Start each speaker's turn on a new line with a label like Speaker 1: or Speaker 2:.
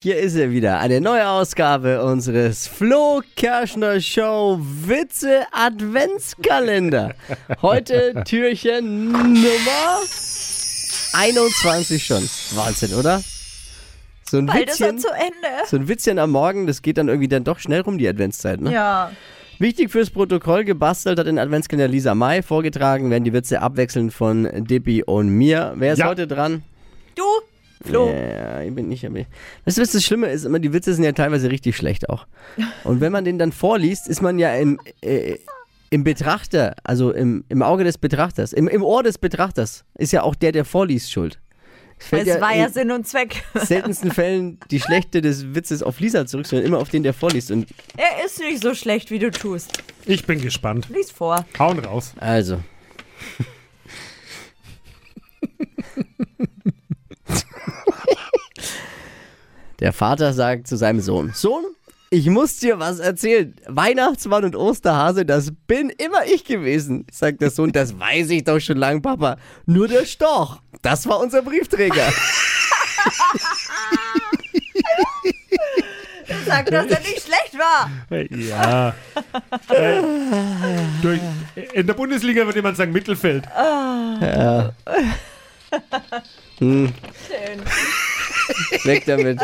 Speaker 1: Hier ist er wieder, eine neue Ausgabe unseres Flo Kerschner Show Witze Adventskalender. Heute Türchen Nummer 21 schon. Wahnsinn, oder? So ein
Speaker 2: Bald ist er
Speaker 1: Witzchen,
Speaker 2: zu Ende.
Speaker 1: so ein Witzchen am Morgen, das geht dann irgendwie dann doch schnell rum, die Adventszeit, ne?
Speaker 2: Ja.
Speaker 1: Wichtig fürs Protokoll, gebastelt hat den Adventskalender Lisa May. Vorgetragen werden die Witze abwechselnd von Dippy und mir. Wer ist
Speaker 3: Ja.
Speaker 1: heute dran?
Speaker 2: Du, Flo.
Speaker 1: Ja, ich bin nicht. ich bin- Weißt du, was das Schlimme ist? Immer die Witze sind ja teilweise richtig schlecht auch. Und wenn man den dann vorliest, ist man ja im, äh, im Betrachter, also im, im Auge des Betrachters, im, im Ohr des Betrachters, ist ja auch der, der vorliest, schuld. fällt eh
Speaker 2: Es war ja
Speaker 1: in
Speaker 2: Sinn und Zweck.
Speaker 1: seltensten Fällen die Schlechte des Witzes auf Lisa zurück, sondern immer auf den, der vorliest. Und
Speaker 2: Er ist nicht so schlecht, wie du tust.
Speaker 3: Ich bin gespannt.
Speaker 2: Lies vor.
Speaker 3: Hauen raus.
Speaker 1: also. Der Vater sagt zu seinem Sohn: Sohn, ich muss dir was erzählen. Weihnachtsmann und Osterhase, das bin immer ich gewesen, sagt der Sohn. Das weiß ich doch schon lang, Papa. Nur der Storch, das war unser Briefträger.
Speaker 2: Sag, dass er nicht schlecht war.
Speaker 3: Ja. Äh, durch, in der Bundesliga würde man sagen Mittelfeld.
Speaker 1: Weg damit.